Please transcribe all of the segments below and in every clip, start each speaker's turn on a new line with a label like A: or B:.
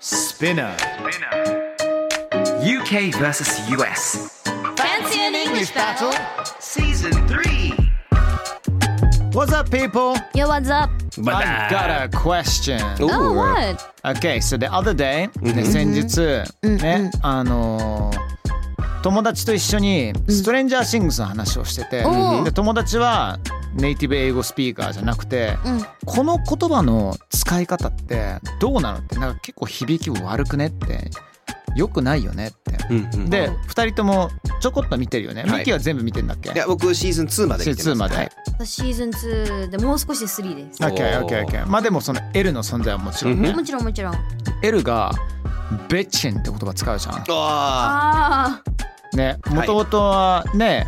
A: Spinner.
B: UK versus US.
C: Fancy an English battle
B: Season 3.
A: What's up, people?
D: Yo, what's up?
A: I've got a question.
D: Oh, what?
A: Okay, so the other day, ね、先日、ね、あのー友達と一緒にストレンジャーシングスの話をしてて、
D: おー
A: で友達はネイティブ英語スピーカーじゃなくて、
D: うん
A: この言葉の使い方ってどうなのってなんか結構響き悪くねって良くないよねって、で2人ともちょこっと見てるよね、
E: はい
A: ミキは全部見てんだっけ
E: いや僕シーズン2まで見てます
A: 2まで、
E: はい
D: シーズン2でもう少しで3です。
A: オッケーオッケーオッケーまあでもその L の存在はもちろんね、
D: もちろんもちろん。
A: L が「ベッチン」って言葉使うじゃん。
E: あ
D: あ
A: ね
E: い
A: もともとはね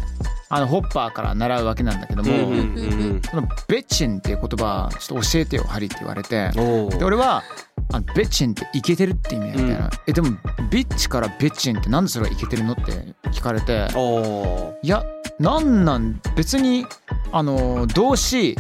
A: あのホッパーから習うわけなんだけど
E: ー
A: も、
E: うんうんうん
A: その「ベッチン」っていう言葉ちょっと教えてよハリーって言われて
E: お
A: で
E: ー
A: 俺は「あベッチンってイケてるって意味や」みたいな「
E: うん
A: えでもビッチからベッチンってなんでそれがイケてるの?」って聞かれて
E: お
A: いやなんなん別にあの動詞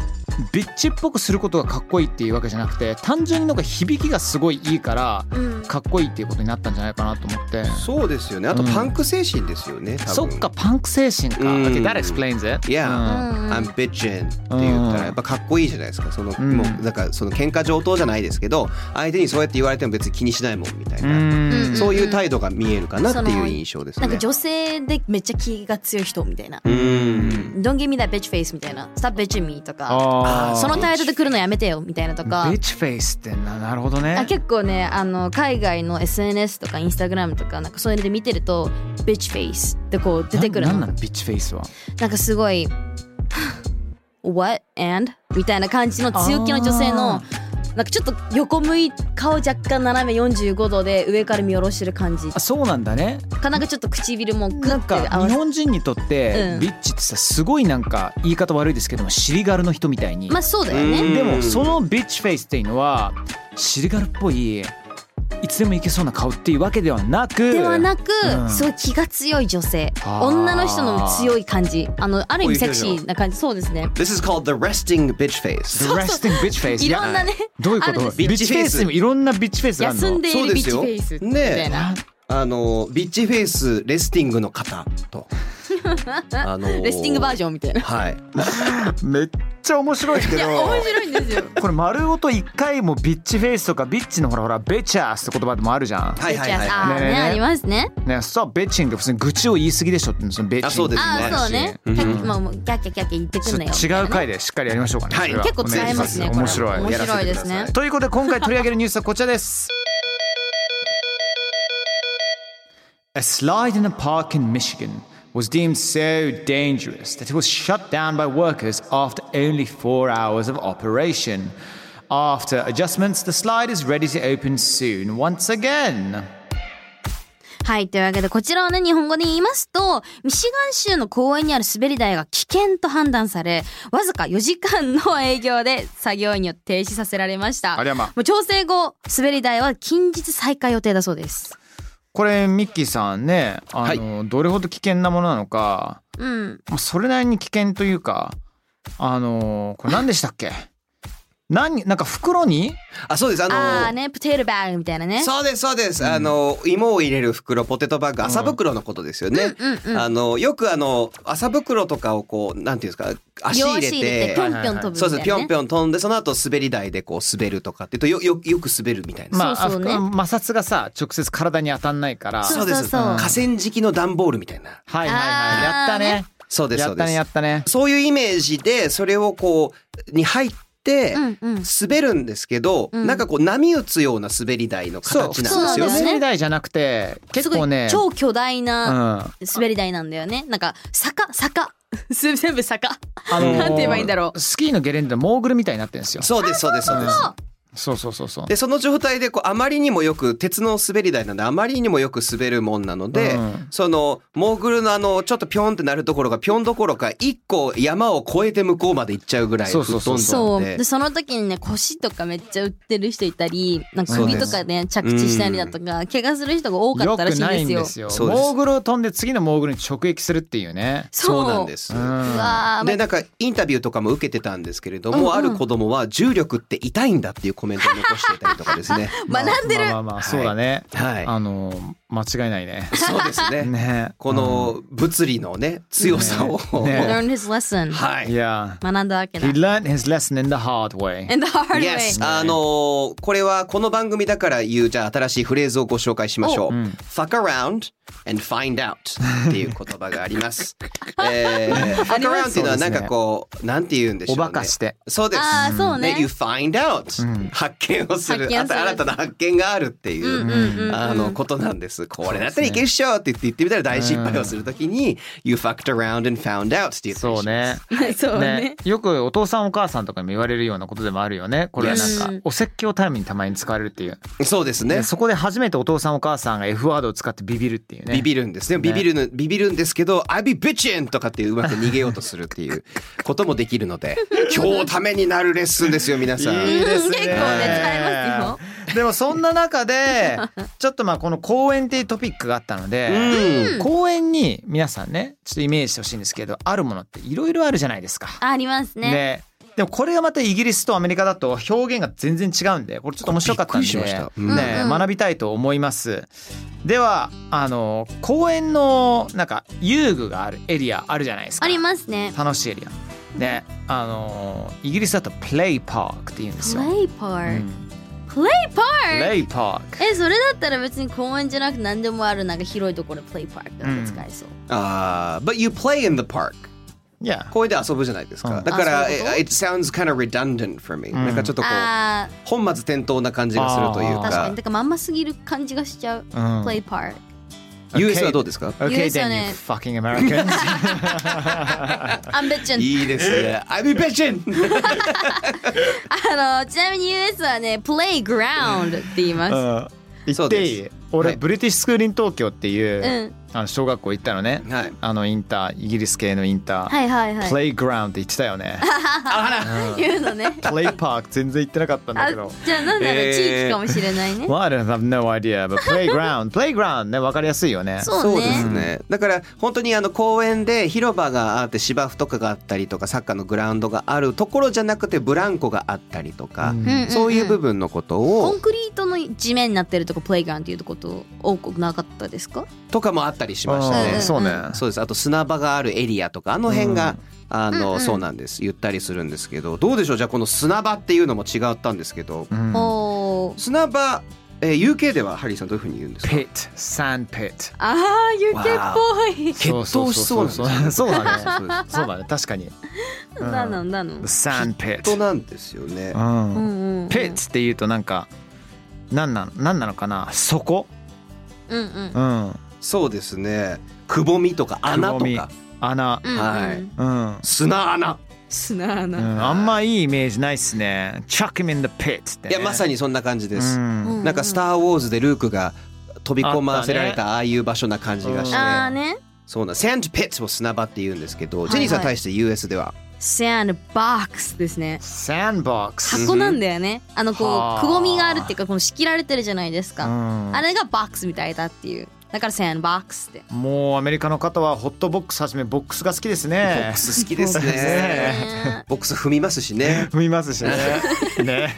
A: ビッチっぽくすることがかっこいいっていうわけじゃなくて単純になんか響きがすごいいいから
D: あ。うん。
A: かっこいいっていうことになったんじゃないかなと思って
E: ーそうですよねあとパンク精神ですよね多
A: そっ
E: 分
A: かパンク精神か、
E: うん
A: Okay, that explains it
E: Yeah
A: うん
D: うん
E: I'm bitchin' って言ったらやっぱかっこいいじゃないですかその、
A: うん
E: もうなんかその喧嘩上等じゃないですけど相手にそうやって言われても別に気にしないもんみたいな、
A: うん
E: そういう態度が見えるかなっていう印象です
D: な
E: ね
D: んか女性でめっちゃ気が強い人みたいな。
E: うん、
D: Don't give me that bitch face みたいな。Stop bitching me とか。
A: あ
D: その態度で来るのやめてよみたいなと
A: ー
D: か
A: ビッ。チフェイスってななるほどね
D: あ結構ねあの海外の SNS とかインスタグラムとかなんかそういうので見てると「ビッチフェイス」ってこう出てくる
A: な
D: の
A: なんなんビッチフェイスは
D: なんかすごい「What and?」みたいな感じの強気の女性の
A: あ
D: なんかちょっと横向い顔若干斜め45度で上から見下ろしてる感じ
A: あそうなんだね
D: かなんかちょっと唇もグッ
A: なん
D: て
A: か
D: 合わせ
A: 日
D: て
A: 本人にとって、
D: うん
A: ビッチってさすごいなんか言い方悪いですけども尻軽の人みたいに、
D: まあそうだよ
E: うん
D: ね
A: でもそのビッチフェイスっていうのは尻軽っぽいいつでもいけそうな顔っていうわけではなく
D: ではなく、
A: うん
D: すごい気が強い女性
A: あー
D: 女の人の強い感じあのある意味セクシーな感じそうですね
E: This is called the resting bitch face
A: The resting bitch face
D: いろんなね
A: どういうこ
D: あるんで
A: と
D: す
A: ビッチフェイスにもいろんなビッチフェイスがあるの
D: 休んでい
E: そう
D: る
E: で
D: ビッチ
E: す
D: フ
E: よ
D: ェイスみ
E: ねえ
D: たいな、
E: あのビッチフェイスレスティングの方 とあの
D: レスティングバージ
E: ョン
D: ョンみたいな
E: はい
A: めっちゃ面白いけど
D: 面白いんですよ
A: これ丸ごと一回もビッチフェイスとかビッチのほらほらベチャースって言葉でもあるじゃん。
E: はいはいはい
D: あー
A: ねえね
D: ね
A: え
D: ありますね
A: ね、Stop bitching って普通に愚痴を言い過ぎでしょってそのベチ
E: あそうです
D: ああそうね、
E: うん
D: キャッキャまあもうギャッキャッキャッキャ言ってくんなよ
A: 違う回でしっかりやりましょうかね。
E: はい
A: それ
D: 結構使えますね
A: お
D: これ
A: 願いし面白い。
D: 面
E: やらせ
D: 白い
E: て
D: で
E: くだ
D: す
E: さ
D: ね
E: い
A: ということで今回取り上げるニュースはこちらです。A slide in a park in Michigan was deemed so dangerous that it was shut down by workers after only four hours of operation. After adjustments, the slide is ready to open soon once again.
D: はいというわけでこちらはね日本語で言いますとミシガン州の公園にある滑り台が危険と判断されわずか4時間の営業で作業員によって停止させられました
A: ありゃまあ
D: もう調整後滑り台は近日再開予定だそうです
A: これミッキーさんねあの、どれほど危険なものなのか、
D: うん
A: まあ、それなりに危険というかあのこれ何でしたっけ何なんか袋に
E: あそうですあの
D: ああねポテールバーグみたいなね
E: そうですそうです、あの芋を入れる袋ポテトバッグ麻袋のことですよね、あのよくあの麻袋とかをこうなんていうんですか足入れて
D: 両足ぴょんぴょん飛ぶみたいな、ね、
E: そうですぴょんぴょん飛んでその後滑り台でこう滑るとかっていうとよよよく滑るみたいな、
A: まあ
D: そうそうね
A: あ摩擦がさ直接体に当たんないから
D: そう
E: そうです
D: そう
E: 河川敷の段ボールみたいな
A: はいはいはい
D: あー
A: やったね
D: ね
E: そうです
A: や
E: そ
A: っ
E: うで
A: たねや
E: す
A: ったね
E: そういうイメージでそれをこうに入って
D: うんうん
E: 滑るんですけど、
D: うん
E: なんかこう波打つような滑り台の
A: そう
E: 形
A: 普
E: な
A: 通
D: そ
A: の
E: んです
D: う
E: よ
D: なんだよ
E: ね
D: ね
A: 滑り台じゃなくて結構ね
D: すごい超巨大
A: うん、
D: な
A: あ
D: 滑り台なんだよね、なんか坂坂 全部坂
A: の
D: なんて言えばいいんだろ
A: スキーのゲレンデのモーグルみたいになってるんですよ
E: そうですそうですそうです
A: そうそうそうそう
E: でその状態でこうあまりにもよく鉄の滑り台なんであまりにもよく滑るもんなので、
A: うん
E: そのモーグルのあのちょっとピョンってなるところがピョンどころか一個山を越えて向こうまで行っちゃうぐらい
A: そ
E: 吹
A: う
E: っ
A: そうそ
E: 飛
D: そうう
E: じゃ
A: うん
D: ん
E: で
D: でその時にね腰とかめっちゃ打ってる人いたりなんか
E: そう
D: 首
E: です
D: とかね着地したりだとか怪我する人が多か
A: よ
D: ったら
A: く
D: しいん
A: な
D: で
A: いん
D: すよ。
A: ですよ
E: そうです
A: モーグルを飛んで次のモーグルに直撃するっていうね
E: そうなんです。
A: う
D: うんわー
E: でなんかインタビューとかも受けてたんですけれども、
D: うんうん
E: ある子供は重力って痛いんだっていうコメントを残していたりとかですね。
D: ま学んでる
A: まあまあまあまあそうだね、
E: はい
A: あの間違いないね
E: そうです ね。
A: ね
E: この物理のね強さを、
A: ね
D: learn his lesson
E: は
A: うん
E: い。
A: Yeah
D: 学んだわ けだ
A: He。learned his lesson in the hard way
D: And the hard way
E: Yes あのーこれはこの番組だから言うじゃあ新しいフレーズをご紹介しましょう。fuck around and find out っていう言葉があり ます。えー、fuck
A: りま
E: around っ
A: す
E: ていうのはなんかこうなんて言うんでしょう
A: お
E: ね。
A: バカして
E: そうです。
D: あーそうね
E: で you find out、発見をする
D: 発見する
E: あと新たな発見があるっていう、あのことなんです。これだったらいけるっしょって言って言ってみたら大失敗をするときに、you fucked around and found out って言ったりし
A: そ
E: ま
A: う
E: す
A: ね
D: そうね。
A: よくお父さんお母さんとかにも言われるようなことでもあるよねこれはなんかお説教タイムにたまに使われるっていう、
E: そうです
A: で
E: ね。
A: そこで初めてお父さんお母さんが F ワードを使ってビビるっていうね
E: ビビるんですね。ビビるの、ビビるんですけど、I be bitchin' とかってうまく逃げようとするっていうこともできるので、今日ためになるレッスンですよ、皆さん。
A: いいですね
D: 結構ね疲れます
A: よでもそんな 中でちょっとまあこの公園っていうトピックがあったので、
E: うん。
A: 公園に皆さんねちょっとイメージしてほしいんですけどあるものっていろいろあるじゃないですか。
D: ありますね。
A: ねでもこれがまたイギリスとアメリカだと表現が全然違うんでこれちょっと面白かったんで
E: びっくりしましたうん
A: ね学びたいと思います。ではあの公園のなんか遊具があるエリアあるじゃないですか。
D: ありますね。
A: 楽しいエリア。ねあのイギリスだとプレイパークって言うんですよ。
D: play
A: う
D: park、
A: ん
D: play park。
A: レイパーク。
D: えそれだったら別に公園じゃなく何でもあるなんか広いところで play park だと使えそう。
E: あー but you play in the park.
A: Yeah.
E: 公園で遊ぶじゃないです
A: う
E: か。
A: ん
E: だから、
D: あそういうこと
E: it sounds kind of redundant for me. なんかちょっとこう、
D: あ
E: 本末転倒な感じがするという
D: あ確
A: ー
D: か
E: か
D: に。だからまんますぎる感じがしちゃう。
A: ん
D: play park。
E: US はどうですか
A: Okay,
D: US は
A: then
D: ね
A: you fucking Americans.
D: I'm bitching。
E: いいですね。I be bitchin'!
D: あのちなみに US はね playground って言います。
A: 行
E: そ
A: っ
E: う
A: て
E: で
A: い
E: す
A: い俺、
E: はい
A: ブリティッシュスクールイン東京っていう、
D: うん
A: あの小学校行ったのね、
E: はい
A: あのインターイギリス系のインター、
D: はいはい
A: プ
D: は
A: レイグラウンドって言ってたよね
D: い。 言うのね。
A: プレイパーク全然行ってなかったんだ
D: あ
A: けど
D: じゃあなんだろう
E: えー
D: 地域かもしれないね。
A: Well, I don't have no idea, but playground, playground ね、わかりやすいよね。
D: そう
E: で
D: ね
E: す。ね。だから本当にあの公園で広場があって芝生とかがあったりとかサッカーのグラウンドがあるところじゃなくてブランコがあったりとか、
A: うん
D: んんん
E: そういう部分のこと
D: コ
E: を
D: ンクリートの地面になってるとこプレイグラウンドっていうこと多くなかったですか
E: とかもあったりしました
A: あ
D: う
A: ー
D: ん
E: ね。
A: そうね。
E: そうですあと砂場があるエリアとかあの辺が、
A: うん
E: あの、
D: うんうん
E: そうなんです言ったりするんですけどどうでしょうじゃあこの砂場っていうのも違ったんですけど
A: うん
D: おー
E: 砂場、えー UK ではハリーさんどういうふうに言うんですか
A: Pit, sand pit。
D: あー湯気っ
E: 決闘しそうなんです
A: そ
E: よ
A: うそうそうそう そうだね。
E: そうです
A: そうだね、確かに。
D: ぽい。 なのなの。
A: Sand pit。
E: 人なんですよね。
A: うん
D: うんうん。
A: ペッツっていうとなんかなんなんなんなのかなそこ
D: うんうん。
A: うん
E: そうですねくぼみとか穴と
A: くぼみ
E: か
A: 穴
D: うんうん
E: はい。
A: うん、うん、
E: 砂穴
D: 砂穴。
A: あんまいいイメージないっすね Chuck him in the pit って、ね、
E: いやまさにそんな感じです、
A: うん
D: うん
E: なんか「スター・ウォーズ」でルークが飛び込ませられたああいう場所な感じがして、
D: あーね。
E: そうなん「サンド・ピッツ」も砂場って言うんですけど、
D: いはい
E: ジェニーさんに対して US では
D: sand box ですね。
A: Sandbox
D: 箱なんだよね。あのこ
A: は
D: う
A: あ
D: くぼみがあるっていうかこの仕切られてるじゃないです
A: う
D: か。
A: ん
D: あれがボックスみたいだっていう。だから sand box って。
A: もうアメリカの方はホットボックスはじめボックスが好きです
E: ボ
A: ね
E: ックス好きです
A: そうですね
E: ね
D: ね
E: ボックス踏みますしね
A: 踏みますしね ね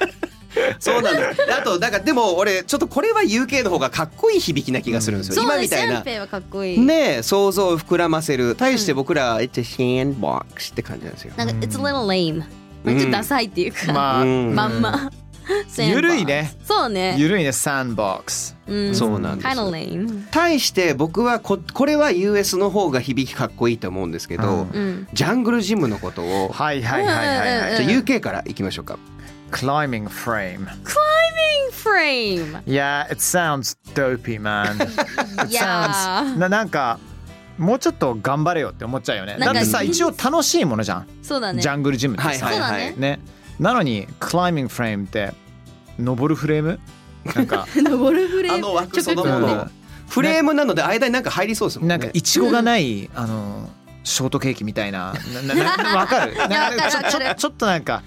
E: そうなんですあとなんかでも俺ちょっとこれは UK の方がかっこいい響きな気がするんですよ、
D: そう
E: 今
D: ね。
E: みたい
D: sand
E: な
D: pay はかっこいい。
E: ねえ想像を膨らませる対して僕らは「It's a sandbox」って感じなんですよ
D: なんか it's a little lame。
E: うん
D: ちょっとダサいっていうか。
A: まあ、
E: うん
D: まんま。
A: ゆるいね。
D: そうね。
A: ゆるいね Sandbox
D: うん。
E: そうなんです
D: Kind of lame。
E: 対して僕はここれは US の方が響きかっこいいと思うんですけど、
A: うん
D: うん。
E: ジャングルジムのことを
A: はいはいはいはいはい、
D: うん
E: じゃあ UK からいきましょうか。
A: Climbing frame
D: Frame。
A: Yeah, it sounds dopey, man. it
D: Yeah.
A: sounds ななんかもうちょっと頑張れよって思っちゃうよね。
D: な
A: だ
D: んか
A: ってさ一応楽しいものじゃん。
D: そうだね。
A: ジャングルジムってさ、
D: いはいそうだね
A: ね。なのに climbing frame って登るフレームな んか
D: 登るフレーム
E: あの枠そのも
A: ちょ
E: の
A: っと
E: フレームなので間になんか入りそうですもんね
A: なんかいちごがないあのショートケーキみたいななななわかるな
D: わか
A: んかちょ
D: るわか
A: ちょ
D: る
A: ちょっとなんか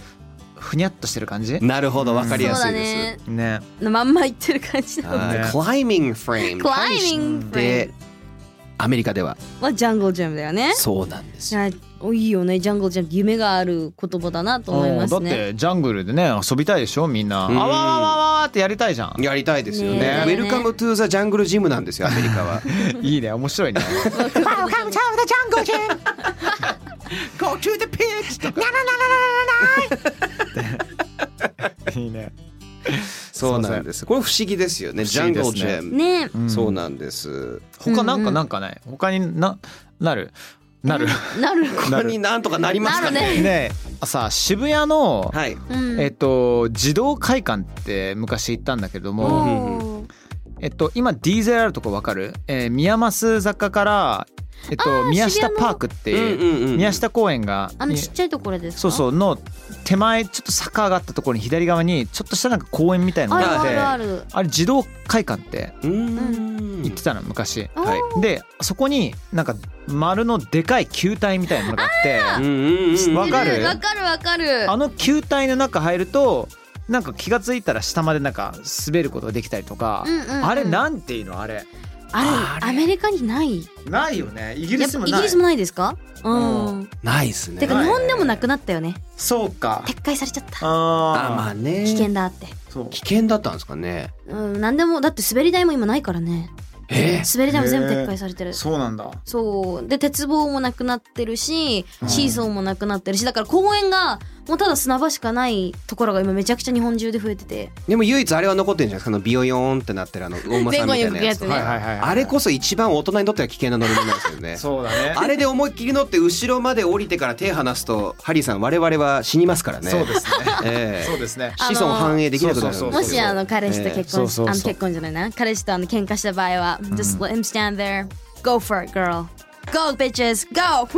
A: ふにゃっとしてる感じ
E: なるほどわかり
D: そう
E: やす
D: だ
E: いで
D: ね
A: ね
D: まんま言ってる感じだもん
A: は
D: ね
A: い
E: す。クライミングフレーム。
D: クライミングフレー
E: でアメリカでは
D: はジャングルジャムだよね
E: そうなんですよ。
D: あおいいよねジャングルジャム夢がある言葉だなと思います
A: だっ
D: ね
A: てジャングルでね遊びたいでしょみんなあ
E: うん
A: わわわわわってやりたいじゃん
E: やりたいですよね。
D: ね
E: ウェルカムトゥザジャングルジムなんです よアメリカは。
A: いいね面白いね
F: Welcome to the jungle gym.
E: Go to the pitch.
F: ななななななな。
A: いいね
E: そうなんです。これ不思議ですよね。ジ
A: 不
E: ャ
A: 思
E: ン
A: 議
E: グ
A: です
E: ル
A: ね
E: ジム。
D: ねえ
E: そうなんです。
A: 他なんかなんかない他にななるなる
D: なる
E: ここになんとかなりますか
D: なる
E: ね。
A: ねさ渋谷の、
E: はい。
D: うん
A: えっと児童会館って昔行ったんだけども、
D: おー
A: えっと今 DJ あるとこわかる、えー、宮益坂から、えっと、
D: ー
A: 宮下
D: 渋谷の
A: パークって
E: うん
A: いう、
E: うんうん。
A: 宮下公園が
D: あのちっちゃいところですか
A: そうそうの手前ちょっと坂上がったところに左側にちょっとしたなんか公園みたいな
D: あ
A: の
D: る
A: があっ
D: あ
A: て
D: る
A: あ
D: ある
A: れ児童会館って
E: う
A: 言っ
E: ん
A: て。たの昔、
D: おー
E: はい
A: でそこになんか丸のでかい球体みたいなのがあって
E: うんうんうん。
A: わかる
D: わかるわかる
A: あの球体の中入るとなんか気がついたら下までなんか滑ることができたりとか、
D: うんうんうん
A: あれなんていうのあれ
D: あるアメリカにない
A: ないよねイギ
D: やっぱイギリスもないですかうん
E: ないですね
D: て。か
A: ない
D: 日本でもなくなったよね
A: そうか
D: 撤回されちゃった
E: あま
A: あ
E: あね。
D: 危険だって
A: あそう
E: 危険だったんですかね。
D: うん何でもだって滑り台も今ないからね
E: え
D: 滑り台も全部撤回されてる
A: そうなんだ
D: そうで鉄棒もなくなってるしシーソーもなくなってるしだから公園がもうただ砂場しかないところが今めちゃくちゃ日本中で増えてて
E: でも唯一あれは残ってるんじゃないですかあのビヨヨーンってなって るあの大馬さんみたい
D: 前後に
E: なやつ
D: 浮くやつねはい
A: はいはいはい
E: あれこそ一番大人にとっては危険な乗り物なんですよね
A: そうだね
E: あれで思いっきり乗って後ろまで降りてから手離すとハリーさん我々は死にますからね
A: そうですね、
E: ええ
A: そうですね
D: あの
E: 子孫繁栄できなくなるんで
A: そうそうそう
D: もしあの彼氏と結婚し、
A: ええそうそうそう
D: あの結婚じゃないな彼氏とあの喧嘩した場合は、Just let him stand there Go for it girl Go bitches go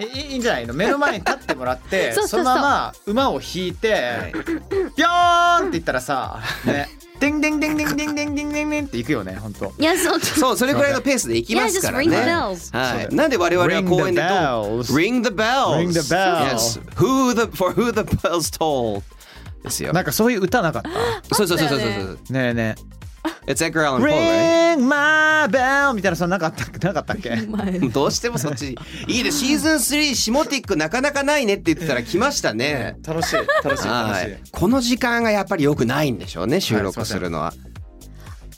A: えいいいんじゃないの目の前に立ってもらって
D: そうそうそう
A: のまま馬を引いて、ビョーンって言ったらさねでんでんでんでんでんでんでんでんでんって行くよね本当
D: Yes そう
E: そうそれぐらいのペースでいきますから
D: Yeah, just
E: ね
D: ring the bells
E: はいなんで我々は公園でどう
A: Ring the bells
E: Ring the bells
A: Ring the bells
E: Yes Who the for who the bells toll ですよ
A: なんかそういう歌なかった
E: そうそうそうそう
D: あ
E: そ
D: った
E: う
D: よね
A: ねえね
E: It's Edgar
A: え
E: Allan Poe right?
A: Ring my bell みたいなそんななかったなかったっけ
E: どうしてもそっちいいですシーズン3シモティックなかなかないねって言ってたら来ましたね
A: 楽しい楽しい楽
E: は
A: しい
E: いこの時間がやっぱり良くないんでしょうね収録するのは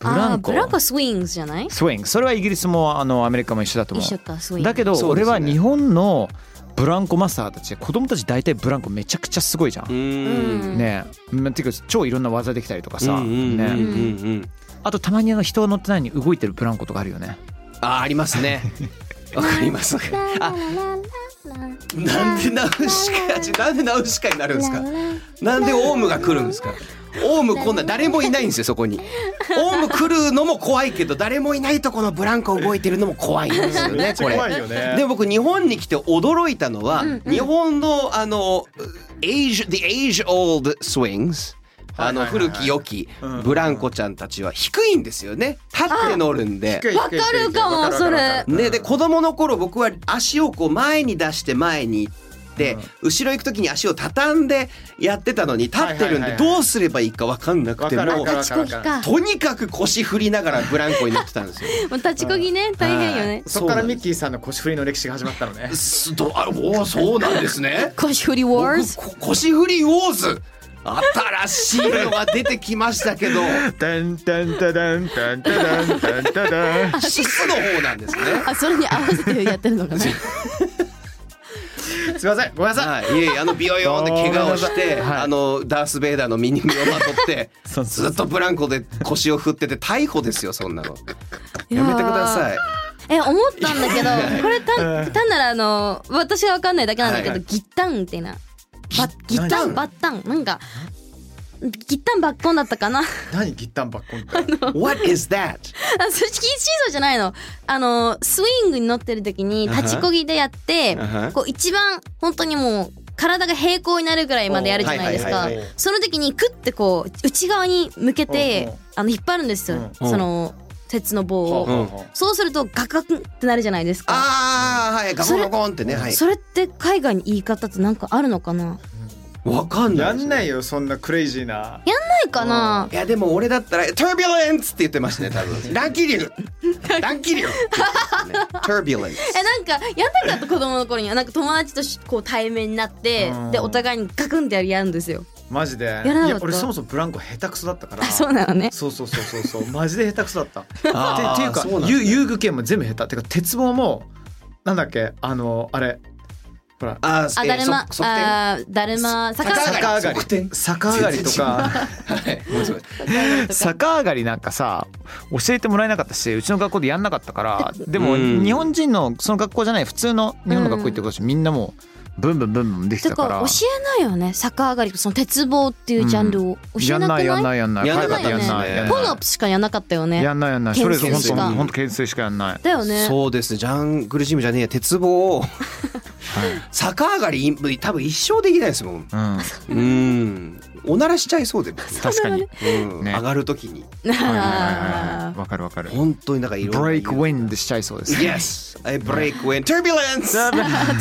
A: ブランコ
D: あーブランコスウィングじゃない
A: スウィングそれはイギリスもあのアメリカも一緒だと思う
D: 一緒かスウィング
A: だけど
E: そうで
A: 俺
E: すね
A: は日本のブランコマスターたち子供たち大体ブランコめちゃくちゃすごいじゃん、
E: うん
A: ねえまていうか超いろんな技できたりとか
E: う
A: さ、
E: んうんうんう
A: ねえ
E: ん
A: あとたまにあの人が乗ってないのに動いてるブランコとかあるよね
E: あありますねわかりますあなんでナウシカちょなんでナウシカになるんですかなんでオウムが来るんですかオウムこんな誰もいないんですよそこにオウム来るのも怖いけど誰もいないとこのブランコ動いてるのも怖いんです よねこれでも僕日本に来て驚いたのは、日本のあの age the age old swings あの古き良きブランコちゃんたちは低いんですよね立って乗るんで。
D: わかるかもそれ
E: ね、で子供の頃僕は足をこう前に出して前に行って、後ろ行く時に足を畳んでやってたのに立ってるん
A: はいはいはい
E: で
A: はい
E: どうすればいいか分かんなくてもう
D: 立ちこぎか
E: とにかく腰振りながらブランコに乗ってたんですよ。
D: もう立ちこぎね大変よね
E: そうなんです
A: キーさんの腰振りの歴史が始まったの ね
E: すどあおーそうなんですね。
D: 腰振りウォーズ
E: 僕こ腰振りウォーズ新しいのが出てきました けど
A: ダンダンダダンダンダダンダンダダン
E: シスの方なんですね。
D: あそれに合わせてやってるのか な
A: すいませんごめんな
E: はい、いえいえあのビヨヨーンで怪我をして、
A: はい
E: あのダース・ベイダーの身に身をまとって
A: そうそう
E: ずっとブランコで腰を振ってて逮捕ですよそんなのやめてください
D: え思ったんだけどこれ単単ならあの私がわかんないだけなんだけ
E: は
D: ど
E: い
D: ギッタンってなばギッタンバッタンなんかギッタンバッコンだった かなあ
A: 何ギッタンバッコンって
E: What is that?
D: それシーソーじゃないのあのスイングに乗ってる時に立ちこぎでやって
E: うんうん
D: こう一番本当にもう体が平行になるぐらいまでやるじゃないです
E: は
D: か
E: いはいはいはい
D: その時にクッてこう内側に向け
A: うんう
D: て
A: ん
D: あの引っ張るんですよ
E: うん
D: その鉄の棒
A: ほう
D: を
A: ほうほう
D: そうするとガクガクンってなるじゃないですか
E: ああはいガコンガコンってねはい
D: それって海外に言い方ってなんかあるのかな
E: わかんない
A: や
E: です
A: ん
E: ね
A: ないよそんなクレイジーな
D: ないかない
E: やでも俺だったら「トゥビュレンス」って言ってましたね多分乱気流乱気流って言ってましたねトゥビュレンス
D: えなんかやんなかった子供の頃にはなんか友達としこう対面になって
A: うん
D: でお互いにガクンってやり合うんですよ
A: マジで
D: らなかった
A: いや俺そもそもブランコ下手くそだったから
D: あそうなのね
A: そうそうそうそうそうマジで下手くそだった。
E: あー
A: てていうか
E: そうなんだ
A: 遊遊具系も全部下手てか鉄棒もなんだっけあのあれほら
E: あ
D: あだるまあーだるま逆上がり
E: 側
A: 逆上がり
E: 転
A: 逆上がりとか
E: はいもうすいません
A: 逆上がりなんかさ教えてもらえなかったしうちの学校でやんなかったからでも
E: うん
A: 日本人のその学校じゃない普通の日本の学校行ってことし、みんなもうブンブンブンブンでき
D: て
A: てたから
D: か教えないよね逆上がりその鉄棒っていうジャンルを教
A: や
D: え
A: ん
D: なくな
A: ないいやんないやんない
E: やん
D: か
E: な
A: 海
D: ったね
A: 外でやんないやん
D: ポン
A: な
D: アップしかやんなかったよ
A: い
D: ね
A: やんないやんないそれぞれ
D: 懸垂しか
A: 本当本当懸垂しかやんない
D: だよね
E: そうですジャングルジムじゃねえや鉄棒を逆上がり多分一生できないですもん
A: うん
E: うんおならしちゃいそうでも
A: 確かに
E: うん
A: ね
E: 上がるときに
A: はいはいはいはいわかるわかる
E: 本当になんかいろんな
A: ブレイクウィンドしちゃいそう ですね
E: Yes, I break when turbulence.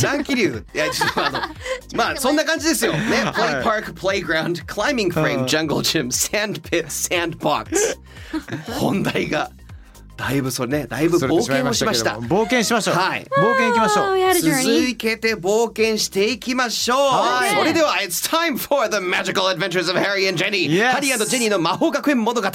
E: 乱気流。いや、ちょっとあの、まあ、そんな感じですよ。ね、play park, playground, climbing
A: う
E: frame,
A: ん
E: jungle gym, sand pit, sandbox。本題が。だいぶそれね、だいぶ
A: それ
E: 冒
A: てい
E: 険をしまし
A: け
E: た
A: ど。も冒険しましょう
E: はい
A: 冒険行きましょう
D: We had a journey.
E: 続けて冒険していきましょう。
A: はい
E: それでは、It's time for the magical adventures of Harry and Jenny.
A: Yes.
E: ハリージェニーの魔法学園物語。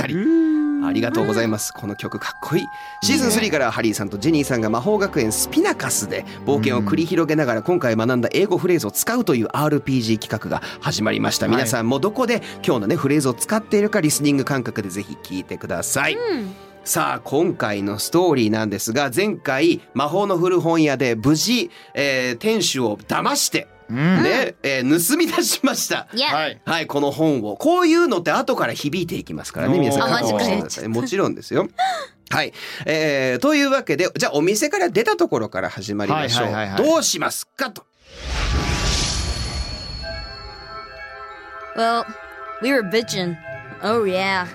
E: ありがとうございます。この曲かっこいい。シーズン3からハリーさんとジェニーさんが魔法学園スピナカスで冒険を繰り広げながら今回学んだ英語フレーズを使うという RPG 企画が始まりました。
A: はい
E: 皆さんもどこで今日のねフレーズを使っているかリスニング感覚でぜひ聞いてください。さあ今回のストーリーなんですが前回魔法の古本屋で無事、えー店主を騙して、ねえー盗み出しま した。
D: いや、
A: はい
E: はい、この本を。こういうのって後から響いていきますからね、
A: おー
E: 皆さん
A: あ
E: 覚悟してください。もちろんですよ。はい、えーというわけで、じゃあお店から出たところから始まりましょう。
A: はいはいはいはい
E: どうしますかと。
D: Well we were bitching Oh yeah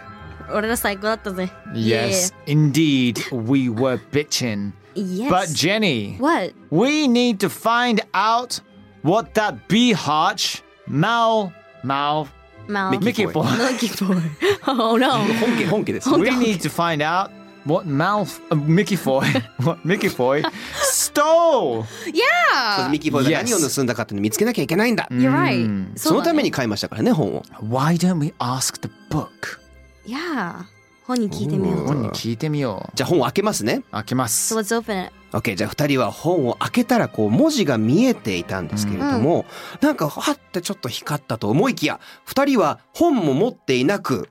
D: 俺ら最高だったぜ
A: Yes, indeed, we were bitching.
D: Yeah. Yes
A: But Jenny,
D: What?
A: we need to find out what that bee hotch Mal Mal
D: Mal
A: Mickey
E: Boy.
A: Boy.
D: Milky Boy Oh no
E: 本家、本
D: Oh,
E: 家です。
A: We need to find out what Mal uh, Mickey Foy what Mickey Foy stole.
E: ミキーボーイが何を
A: Yes.
E: 盗んだかっていうのを見つけなきゃいけないんだ。
D: You're
A: Hmm.
D: right
E: そのため
D: に
E: に買いましたからね、本を。
A: Why don't we ask the book?
D: Yeah 本に聞いてみよう
E: うん
A: 本に聞いてみよう。
E: じゃあ本を開けますね。
A: 開けま
D: So
A: す。
D: let's open it
E: OK じゃあ2人は本を開けたらこう文字が見えていたんですけれども、なんかはってちょっと光ったと思いきや2人は本も持っていなく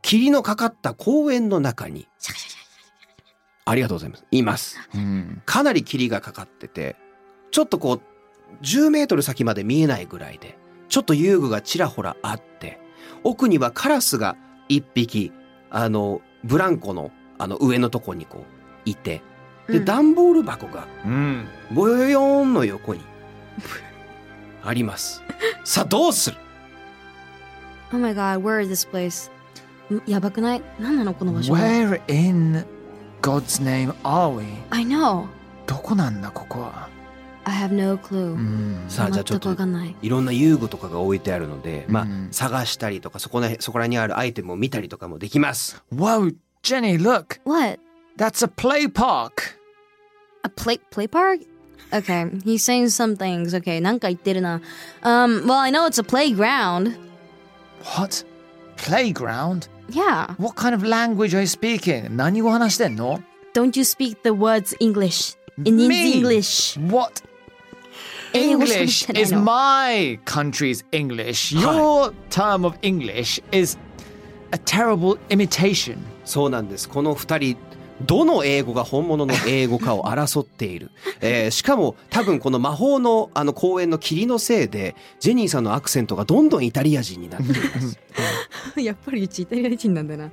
E: 霧のかかった公園の中にありがとうございますいます
A: うん
E: かなり霧がかかっててちょっとこう10メートル先まで見えないぐらいでちょっと遊具がちらほらあって奥にはカラスが1匹あのブランコのあの上のとこにこういてで
D: うん
E: 段ボール箱が
A: うん。
E: ボヨヨーンの横にあります。さあどうする
D: Oh my god where is this place? んやばくない何なのこの場所
A: Where in God's name are we?
D: I know
A: どこなんだここは。
D: I have no clue、
A: うん。
E: さあじゃあちょ
D: 全
E: っ
D: く
E: と
D: わかんない
E: いろんな遊具とかが置いてあるので、まあ
A: うん
E: 探したりとかそこらへんそこらにあるアイテムを見たりとかもできます。
A: Wow, Jenny, look,
D: What?
A: that's a play park.
D: A play play park? Okay, he's saying some things. Okay, なんか言ってるな。Um, well, I know it's a playground.
A: What? Playground?
D: Yeah.
A: What kind of language are you speaking? 何語話してんの
D: Don't you speak the words English? In means
A: Me?
D: English.
A: ?What?
D: 英語しか喋
A: English
D: って
A: is
D: ないの
A: my country's English. Your term of English is a terrible imitation.
E: そうなんです。この二人どの英語が本物の英語かを争って いる。えーしかも多分この魔法のあの公園の霧のせいでジェニーさんのアクセントがどんどんイタリア人になってい ます。
D: やっぱりうちイタリア人なんだな。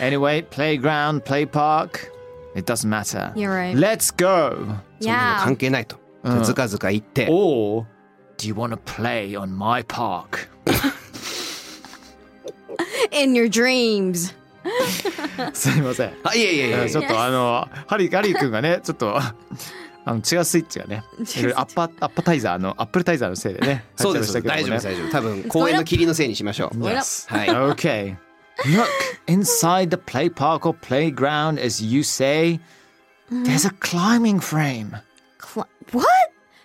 A: Anyway, playground, play park, it doesn't matter.
D: You're right.
A: Let's go.
E: そんなの
D: Yeah.
E: 関係ないと。
A: うん
E: ずかずか行って、
A: Or do you want to play on my park?
D: In your dreams
A: すいま せん。
E: あいえいえい
A: え
E: え
A: ーちょっとあのハリハリー君がねちょっ とあの違うスイッチがねア
D: 違う
A: ッパアッパタイザーのアップルタイザーのせいでね
E: そうです、
A: 入っちゃ
E: 大
A: い
E: 丈夫で
A: ま
E: す
A: したけ
E: 大丈夫多分公園の霧のせいにしましょう
A: どもね
D: Yes.
E: Well. はい
A: Okay Look inside the play park or playground as you say There's a climbing frame
D: Cli- What?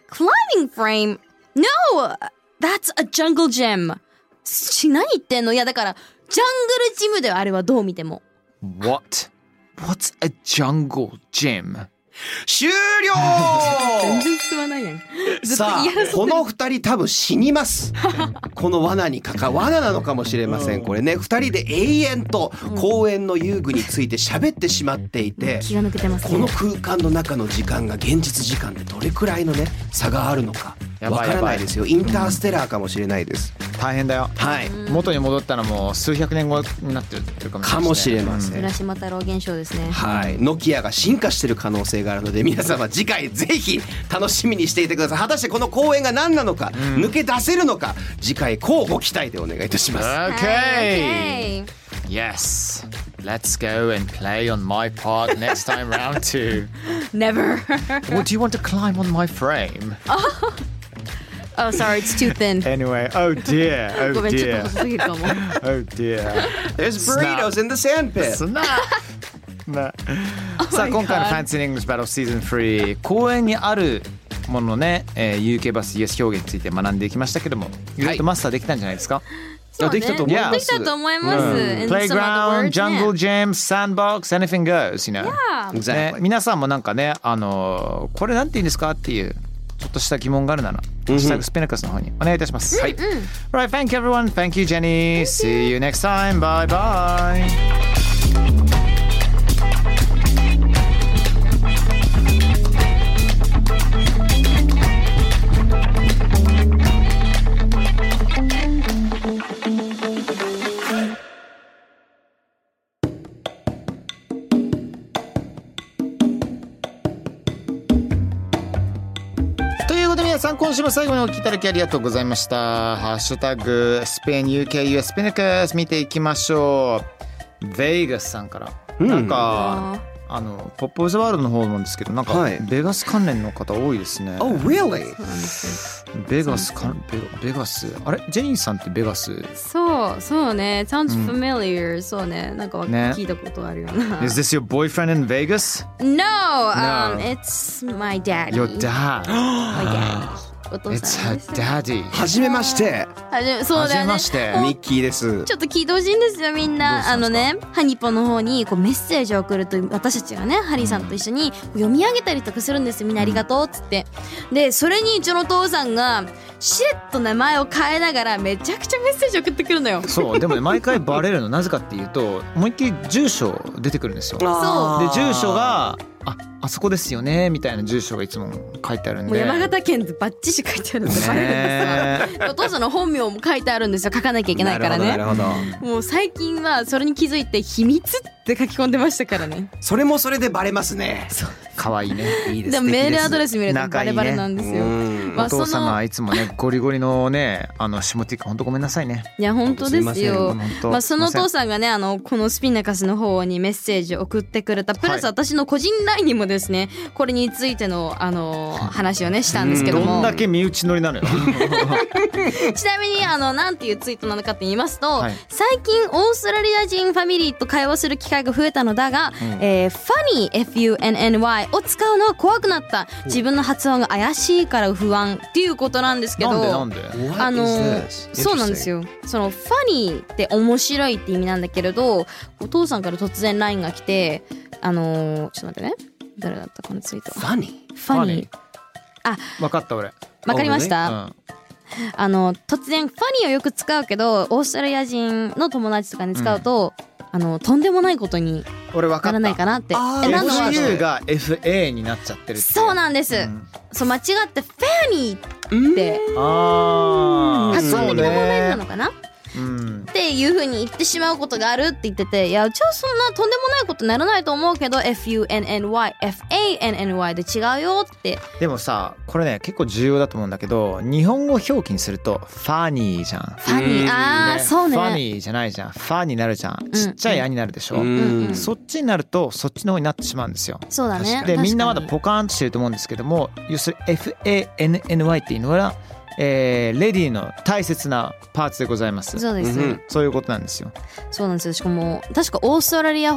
D: Climbing frame? No! That's a jungle gym し何言ってんのいやだからジャングルジムではあれはどう見ても
A: What? What's a jungle gym?
E: 終了
D: 然進まないやん
E: さあこの二人多分死に ますこの罠にかか罠なのかもしれませんこれね二人で永遠と公園の遊具について喋ってしまっていて
D: 気が抜けてます
E: この空間の中の時間が現実時間でどれくらいのね差があるのか
A: や
E: わ
A: ばい
E: からな
A: やば
E: いで
A: い
E: すよインターステラーかもしれないです
A: 大変だよ
E: はい
A: 元に戻ったらもう数百年後になってるっていうか
E: かもしれ
A: ん
E: ません
D: 浦島太郎現象ですね
E: はい、ノキアが進化してる可能性があるので皆様次回ぜひ楽しみにしていてください果たしてこの公演が何なのか、抜け出せるのか次回乞うご期待でお願いいたします。
A: Okay Yes Let's go and play on my park next time round two
D: Never
A: Well, do you want to climb on my frame?
D: Oh sorry it's too thin
A: Anyway, oh dear,
D: ご
A: oh
D: めんちょっ
A: dear,
D: と細すぎるかも
A: oh dear.
E: There's burritos in the sandpit.
A: Snap. さあ今回の Fancy in English Battle Season 3公園にあるものね、えー、UK バス Yes 表現について学んでいきましたけども、グレートマスターできたんじゃないですか、
D: そうね
E: いやできたと思います
D: できたと思います And some other
A: Playground,
D: words ね
A: jungle gym, sandbox, anything goes, you know. ね
E: Exactly.
A: 皆さんもなんかね、あのーこれなんて言うんですかっていうちょっとした疑問があるなら、シタグスペネカスの方にお願いいたします。はい。Right, thank you everyone. Thank you, Jenny. See you next time. Bye bye. to いうことで皆さん今週も最後にお聞きいただきありがとうございましたハッシュタグスペイン UKUS スペネクス見ていきましょうベイガスさんから、なんかあのポップ・オブ・ザ・ワールドの方なんですけどなんか、
E: はい
A: ベガス関連の方多いですね
E: Oh really?
A: ベガスかベベガスあれジェニーさんってベガス
D: そうそうね sounds familiar、そうねなんかわ
A: ね
D: 聞いたことあるような
A: Is this your boyfriend in Vegas?
D: No,
A: No.
D: um, it's my daddy.
A: Your dad.
D: My daddy. お父
A: It's
D: さん
A: her
D: です。
A: daddy.
E: はじめまして
D: あでもそう
A: はじ
D: だ
A: め
D: よね
A: ま。して。
E: ミッキーです。
D: ちょっと聞いてほしいんですよみん
A: どう
D: な
A: した
D: あ
A: んです
D: の
A: か
D: ねハニポの方にこうメッセージを送ると私たちがねハリーさんと一緒にこう読み上げたりとかするんですよみんなありがとうっつってでそれにうちのお父さんがしれっと名前を変えながらめちゃくちゃメッセージ送ってくるのよ
A: そうでもね毎回バレるのなぜかっていうと思いっきり住所出てくるんですよ。
D: あ
A: で住所がああそこですよねみたいな住所がいつも書いてあるん
D: もう
A: で。
D: 山形県でバッチシ書いてあるんでバレるん
A: ね
D: ですよお父さんの本名も書いてあるんですよ書かなきゃいけないからね
E: なるほどなるほど
D: もう最近はそれに気づいて「秘密」って書き込んでましたからね
E: それもそれでバレますね。
A: 可愛いね。
E: いいで
D: でもメールアドレス見ると
A: 仲
D: バ
A: いいね
D: レバレなんですよ
E: うん
D: ま
A: お
D: あその
A: 父様はいつ もねゴリゴリのねあの下ティック本当ごめんなさいね。
D: いや本当ですよ
A: 本当
D: まあ、そのお父さんがねあのこのスピナカスの方にメッセージを送ってくれたプラス
A: はい
D: 私の個人 LINE にもですねこれについてのあの話をねしたんですけど
A: どん
D: も
A: だけ身内乗りなのよ。
D: ちなみにあのなんていうツイートなのかって言いますと、
A: はい
D: 最近オーストラリア人ファミリーと会話する機会が増えたのだが、えー、funny funny を使うのは怖くなった自分の発音が怪しいから不安って いうことなんですけど
A: なんでなんで。
D: あの
E: What is this?
D: そうなんですよそのファニーって面白いって意味なんだけれどお父さんから突然 LINE が来てあのーちょっと待ってね誰だったこのツイート
E: Interesting. Funny.
D: ファニー
A: わかった俺。
D: わかりました、
A: うん。
D: あの突然ファニーをよく使うけどオーストラリア人の友達とかに使うと、あのとんでもないことに
A: 俺わか
D: な
A: っ
D: ら
A: た。
D: ないかなって
E: あー
D: えなのは
A: FU が FA になっちゃってるってい
D: そうなんです、
A: ん
D: そう間違ってファニーって
A: ああ。
D: 発音
A: そう
D: 的な問題
A: ね
D: なのかな、っていう風に言ってしまうことがあるって言ってていやうちはそんなとんでもないことならないと思うけど FUNNYFANNY で違うよって
A: でもさこれね結構重要だと思うんだけど日本語表記にするとファニーじゃん
D: ファニーああそう
A: ファ
D: ね
A: ニーじゃないじゃんファになるじゃんちっちゃい「あ」になるでしょ、
E: うん
A: そっちになるとそっちの方になってしまうんですよ
D: そうだね
A: でみんなまだ
D: 確か
A: ポカーンとしてると思うんですけども要するに FANNY っていうのは、えーレディーの大切なパーツでございます
D: にそうです、
E: うん
A: そういうことなんですよ
D: そうなんですよしかも確かオーストラリア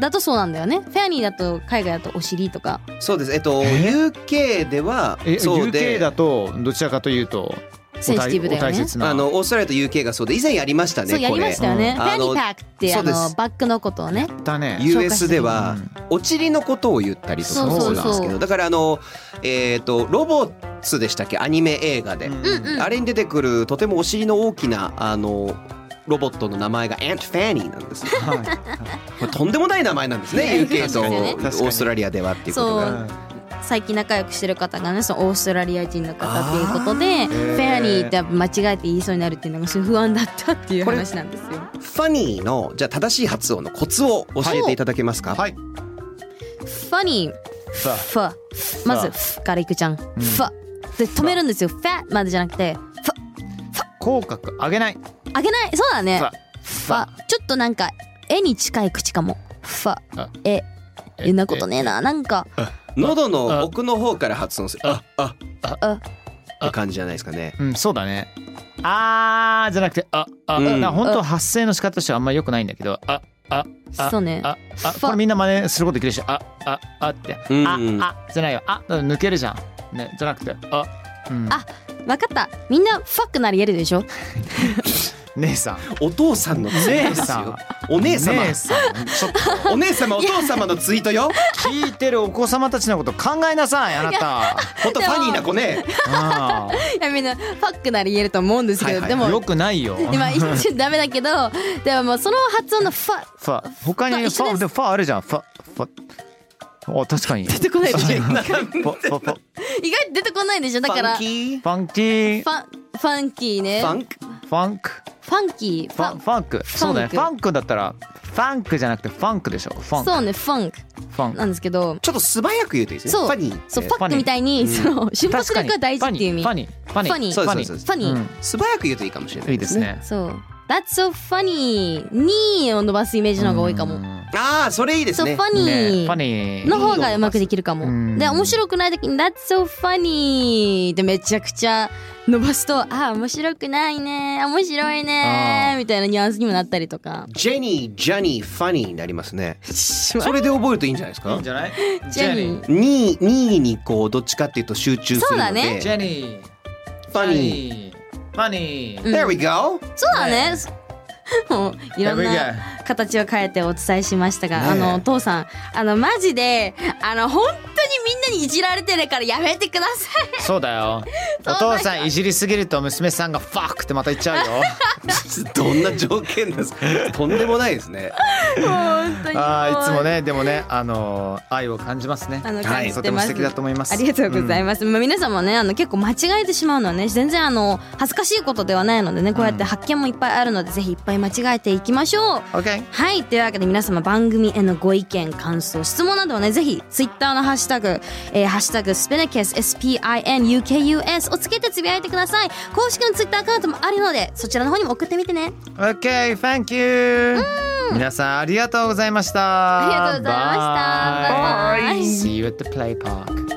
D: だとそうなんだよねフェアニーだと海外だとお尻とか
E: そうですえっと UK では
A: え
E: そうで
A: UK だとどちらかというとお
D: センシ
A: 大
D: ティブだよね
A: お大切な
E: あのオーストラリアと UK がそうで以前やりましたね
D: そうやりましたよね、
E: ん
D: フェアニー
E: あの
D: パックってあの
E: そうです
D: バッグのことをね
A: だね
E: US ではおちりのことを言ったりとかもするんで
D: そう
E: す
D: そう
E: け
D: そう
E: どだからあのえっとロボッツでしたっけアニメ映画で
A: うん
D: うんうん
E: あれに出てくるとてもお尻の大きなあのロボットの名前が Aunt Fanny なんですよ。
A: はい
E: これとんでもない名前なんですね UK
D: 確
E: と
D: かにね
E: オーストラリアではっていうこと
D: そう
E: が。
D: 最近仲良くしてる方がねそのオーストラリア人の方っていうことで
A: ー
D: フェアニーって間違えて言いそうになるっていうのがすごい不安だったっていう
E: これ
D: 話なんですよ。
E: ファニーのじゃあ正しい発音のコツを教えていただけますか、
A: はい
D: ファニー
A: ファ
D: ファまずフからいくじゃん、ファで止めるんですよファまでじゃなくてフ
A: 口角上げない
D: ァあげないそうだね
A: ファ
D: ファちょっとなんか絵に近い口かもファ
A: あ
D: ええんなことねえななんか
E: 喉の奥の方から発音するあああ
D: あ
E: って感じじゃないですかね
A: うんそうだねあーじゃなくてああ、
E: うん
A: な本当は発声の仕方としてはあんまり良くないんだけどあああ
D: そうね
A: ああ
D: ファ
A: これみんな真似することできるでしょあああって、
E: うん
A: ああじゃないよあだから抜けるじゃんねじゃなくてあうん
D: あわかったみんなファックなりやるでしょ
A: 姉さん
E: お父さんのツイートですよお姉様
A: 姉さんちょっと
E: お姉様お父様のツイートよ
A: 聞いてるお子様たちのこと考えなさいあなた
E: ほんとファニーな子ね
A: あ
D: いやみんなファックなり言えると思うんですけど、
E: はいは い
D: で
A: あ
D: も
A: よくないよ
D: 今一瞬ダメだけどでももうその発音の「ファ」
A: ファ他に
D: フ
A: フ
D: ァ一緒です
A: ァでもファあるじゃんファファあ確かに
D: 出てこないでしょ
A: ファファファ
D: 意外と出てこないでしょだから
E: ファンキ
D: フ
E: ー
A: ファンキーフ
D: ァンファンキーね
E: ファンク
A: ァンク
D: ファンキー
A: ファンファンクそうだねファンクだったらファンクじゃなくてファンクでしょファンク
D: そうねファンク
A: ファン
D: なんですけど
E: ちょっと素早く言うといいですね
D: そう
E: ファニー
D: そう
E: え
D: フ
E: ー
D: ァックみたいにその瞬発
A: 確
D: 力
A: かに
D: が大事っていう意味
A: ファニーファニーファニー
D: フ
E: そう
D: ァ
E: ですそうです
D: ファニ
A: う
D: ー
A: ん
E: 素早く言うといいかもしれない
A: いい
E: で
A: ですす
E: ね
A: ね
D: そう「That's so funny」にを伸ばすイメージの方が多いかも
E: ああそれいいです
D: そう「
E: ね
D: funny
A: ね」ファニー
D: の方がうまくできるか
A: いいよ伸ば
D: も。で
A: すうん
D: 面白くない時に「That's so funny」ってめちゃくちゃ伸ばすと「あ面白くないね面白い
A: あ
D: ね
A: ー」
D: みたいなニュアンスにもなったりとか。
E: ジェニージャニーファニーになりますねそれで覚えるといいんじゃないですか
A: じゃない
D: ジェニー
E: ニーニーにこうどっちかっていうと集中す
D: そ
E: るので
D: うだね
A: ジェニー
E: ファニー
A: ファニー
D: うん
E: There we go
D: そうだね。 もういろん
A: There
D: な形を変えてお伝えしましたが、
E: ねえ
D: あのお父さんあのマジであの本当にみんなにいじられてるからやめてください。
A: そうだよお父さんいじりすぎると娘さんがファックってまた言っ ちゃうよ
E: どんな条件ですかとんでもないですね
D: 本当にもう
A: あーいつもねでもねあのー愛を感じますね
D: あの
A: は
D: 感じて
A: い
D: ます
A: とても素敵だと思います
D: ありがとうございます。まあ皆さんもねあの結構間違えてしまうのはね全然あの恥ずかしいことではないのでねこうやって発見もいっぱいあるので、ぜひいっぱい間違えていきましょう。
A: オッケー
D: はいというわけで皆様番組へのご意見感想質問などはねぜひツイッターのハッシュタグ、えーハッシュタグスピネケス SPINUKUS をつけてつぶやいてください公式のツイッターアカウントもあるのでそちらの方にも送ってみてね
A: OK thank you 皆さんありがとうございました
D: ありがとうございましたバイバイ
A: Bye See you at the play park